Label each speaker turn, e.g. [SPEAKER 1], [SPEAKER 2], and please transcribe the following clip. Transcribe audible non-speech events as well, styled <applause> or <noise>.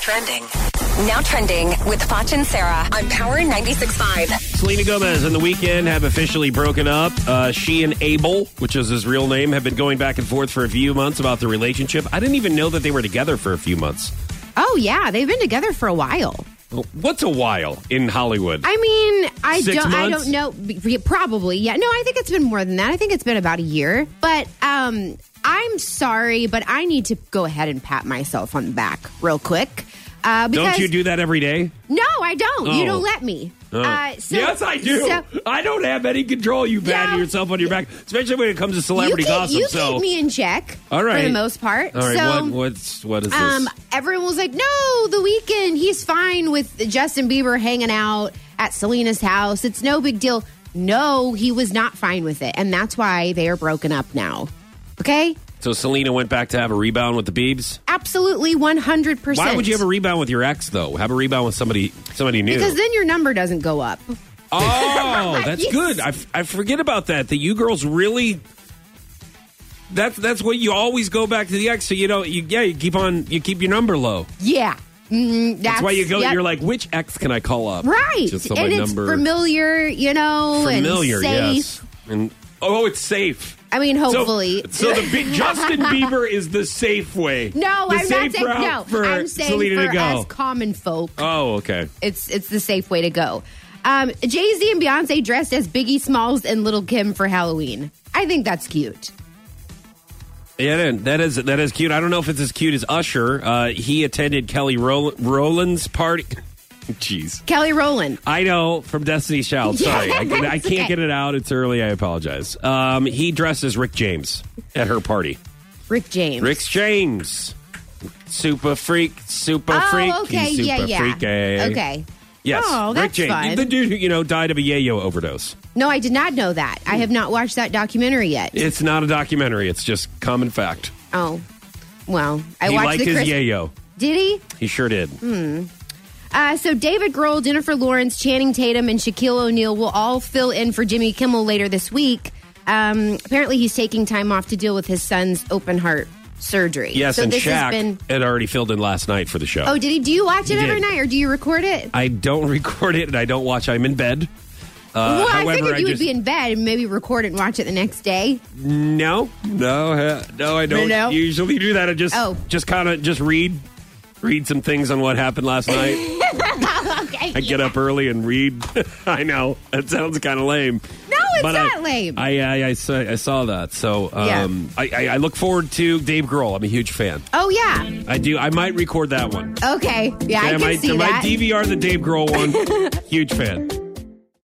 [SPEAKER 1] trending. Now trending with Foch and Sarah on Power 96.5.
[SPEAKER 2] Selena Gomez and The Weeknd have officially broken up. Uh, she and Abel, which is his real name, have been going back and forth for a few months about their relationship. I didn't even know that they were together for a few months.
[SPEAKER 3] Oh, yeah. They've been together for a while.
[SPEAKER 2] What's a while in Hollywood?
[SPEAKER 3] I mean, I do
[SPEAKER 2] Six
[SPEAKER 3] don't, I
[SPEAKER 2] months?
[SPEAKER 3] don't know. B- b- Probably, yeah. No, I think it's been more than that. I think it's been about a year. But um, I'm sorry, but I need to go ahead and pat myself on the back real quick. Uh, because,
[SPEAKER 2] Don't you do that every day?
[SPEAKER 3] No, I don't.
[SPEAKER 2] Oh.
[SPEAKER 3] You don't let me. Uh, so-
[SPEAKER 2] yes, I do.
[SPEAKER 3] so-
[SPEAKER 2] I don't have any control. You patting
[SPEAKER 3] No.
[SPEAKER 2] yourself on your back, especially when it comes to
[SPEAKER 3] you
[SPEAKER 2] celebrity
[SPEAKER 3] keep,
[SPEAKER 2] gossip.
[SPEAKER 3] you
[SPEAKER 2] so,
[SPEAKER 3] keep me in check
[SPEAKER 2] all right,
[SPEAKER 3] for the most part.
[SPEAKER 2] All right,
[SPEAKER 3] so,
[SPEAKER 2] what, what's what is this?
[SPEAKER 3] Um, everyone was like, "No, the weekend. He's fine with Justin Bieber hanging out at Selena's house. It's no big deal." No, he was not fine with it, and that's why they are broken up now. Okay,
[SPEAKER 2] so Selena went back to have a rebound with the Biebs.
[SPEAKER 3] absolutely, one hundred percent.
[SPEAKER 2] Why would you have a rebound with your ex though? Have a rebound with somebody somebody new.
[SPEAKER 3] Because then your number doesn't go up. <laughs>
[SPEAKER 2] oh, that's
[SPEAKER 3] Yes.
[SPEAKER 2] good. I, f- I forget about that. That you girls really. That's that's what you always go back to the ex. So you know, you, yeah, you keep on you keep your number low.
[SPEAKER 3] Yeah, Mm, that's,
[SPEAKER 2] That's why you go.
[SPEAKER 3] yep.
[SPEAKER 2] You're like, which ex can I call up?
[SPEAKER 3] right,
[SPEAKER 2] Just so my
[SPEAKER 3] and it's
[SPEAKER 2] number
[SPEAKER 3] familiar, you know,
[SPEAKER 2] familiar,
[SPEAKER 3] and safe.
[SPEAKER 2] yes. And oh, it's safe.
[SPEAKER 3] I mean,
[SPEAKER 2] So-
[SPEAKER 3] hopefully.
[SPEAKER 2] So, the
[SPEAKER 3] <laughs>
[SPEAKER 2] big, Justin Bieber is the safe way.
[SPEAKER 3] no,
[SPEAKER 2] the
[SPEAKER 3] I'm not
[SPEAKER 2] safe
[SPEAKER 3] saying
[SPEAKER 2] route
[SPEAKER 3] no.
[SPEAKER 2] For
[SPEAKER 3] I'm saying
[SPEAKER 2] Selena
[SPEAKER 3] for
[SPEAKER 2] to go.
[SPEAKER 3] us common folk.
[SPEAKER 2] oh, okay.
[SPEAKER 3] it's it's the safe way to go. Um, Jay Z and Beyonce dressed as Biggie Smalls and Little Kim for Halloween. I think that's cute.
[SPEAKER 2] Yeah, then, that is that is cute. I don't know if it's as cute as Usher. Uh, he attended Kelly Roll- Rowland's party. <laughs> Jeez.
[SPEAKER 3] Kelly Rowland.
[SPEAKER 2] I know from Destiny's Child.
[SPEAKER 3] <laughs>
[SPEAKER 2] Sorry, I, can, I
[SPEAKER 3] Yes,
[SPEAKER 2] can't
[SPEAKER 3] okay.
[SPEAKER 2] get it out. It's early. I apologize. Um, he dressed as Rick James at her party.
[SPEAKER 3] Rick James.
[SPEAKER 2] Rick James, super freak, super
[SPEAKER 3] Oh,
[SPEAKER 2] freak,
[SPEAKER 3] okay,
[SPEAKER 2] super
[SPEAKER 3] yeah, yeah.
[SPEAKER 2] freaky.
[SPEAKER 3] Okay.
[SPEAKER 2] Yes.
[SPEAKER 3] Oh,
[SPEAKER 2] Rick
[SPEAKER 3] that's
[SPEAKER 2] James.
[SPEAKER 3] fun.
[SPEAKER 2] The dude who, you know, died of a yayo overdose.
[SPEAKER 3] No, I did not know that. I have not watched that documentary yet.
[SPEAKER 2] It's not a documentary, it's just common fact.
[SPEAKER 3] Oh, well, I
[SPEAKER 2] he
[SPEAKER 3] watched
[SPEAKER 2] liked
[SPEAKER 3] the
[SPEAKER 2] his
[SPEAKER 3] Chris.
[SPEAKER 2] yayo.
[SPEAKER 3] Did he?
[SPEAKER 2] He sure did.
[SPEAKER 3] Uh, so David Grohl, Jennifer Lawrence, Channing Tatum, and Shaquille O'Neal will all fill in for Jimmy Kimmel later this week. Um, apparently, he's taking time off to deal with his son's open heart surgery.
[SPEAKER 2] Yes,
[SPEAKER 3] so
[SPEAKER 2] and
[SPEAKER 3] this
[SPEAKER 2] Shaq
[SPEAKER 3] has been.
[SPEAKER 2] had already filled in last night for the show.
[SPEAKER 3] Oh, did he? Do you watch it
[SPEAKER 2] He
[SPEAKER 3] every
[SPEAKER 2] did. Uh,
[SPEAKER 3] night, or do you record it?
[SPEAKER 2] I don't <laughs> record it and I don't watch I'm in bed. Uh,
[SPEAKER 3] well,
[SPEAKER 2] however,
[SPEAKER 3] I figured you would
[SPEAKER 2] just-
[SPEAKER 3] be in bed and maybe record it and watch it the next day.
[SPEAKER 2] No, no, uh, no. I don't
[SPEAKER 3] No?
[SPEAKER 2] usually do that. I just,
[SPEAKER 3] Oh.
[SPEAKER 2] just kind of just read, read some things on what happened
[SPEAKER 3] <laughs>
[SPEAKER 2] last night.
[SPEAKER 3] Okay.
[SPEAKER 2] I get up early and read. <laughs> I know that sounds kind of lame.
[SPEAKER 3] No, it's
[SPEAKER 2] But
[SPEAKER 3] not
[SPEAKER 2] I,
[SPEAKER 3] lame.
[SPEAKER 2] I, I, I, saw, I saw that. So
[SPEAKER 3] Yeah.
[SPEAKER 2] um, I, I, I look forward to Dave Grohl. I'm a huge fan.
[SPEAKER 3] oh yeah.
[SPEAKER 2] I do. I might record that one.
[SPEAKER 3] Okay. Yeah, I
[SPEAKER 2] Okay,
[SPEAKER 3] can
[SPEAKER 2] might,
[SPEAKER 3] see
[SPEAKER 2] might
[SPEAKER 3] that. <laughs>
[SPEAKER 2] DVR the Dave Grohl one. huge fan.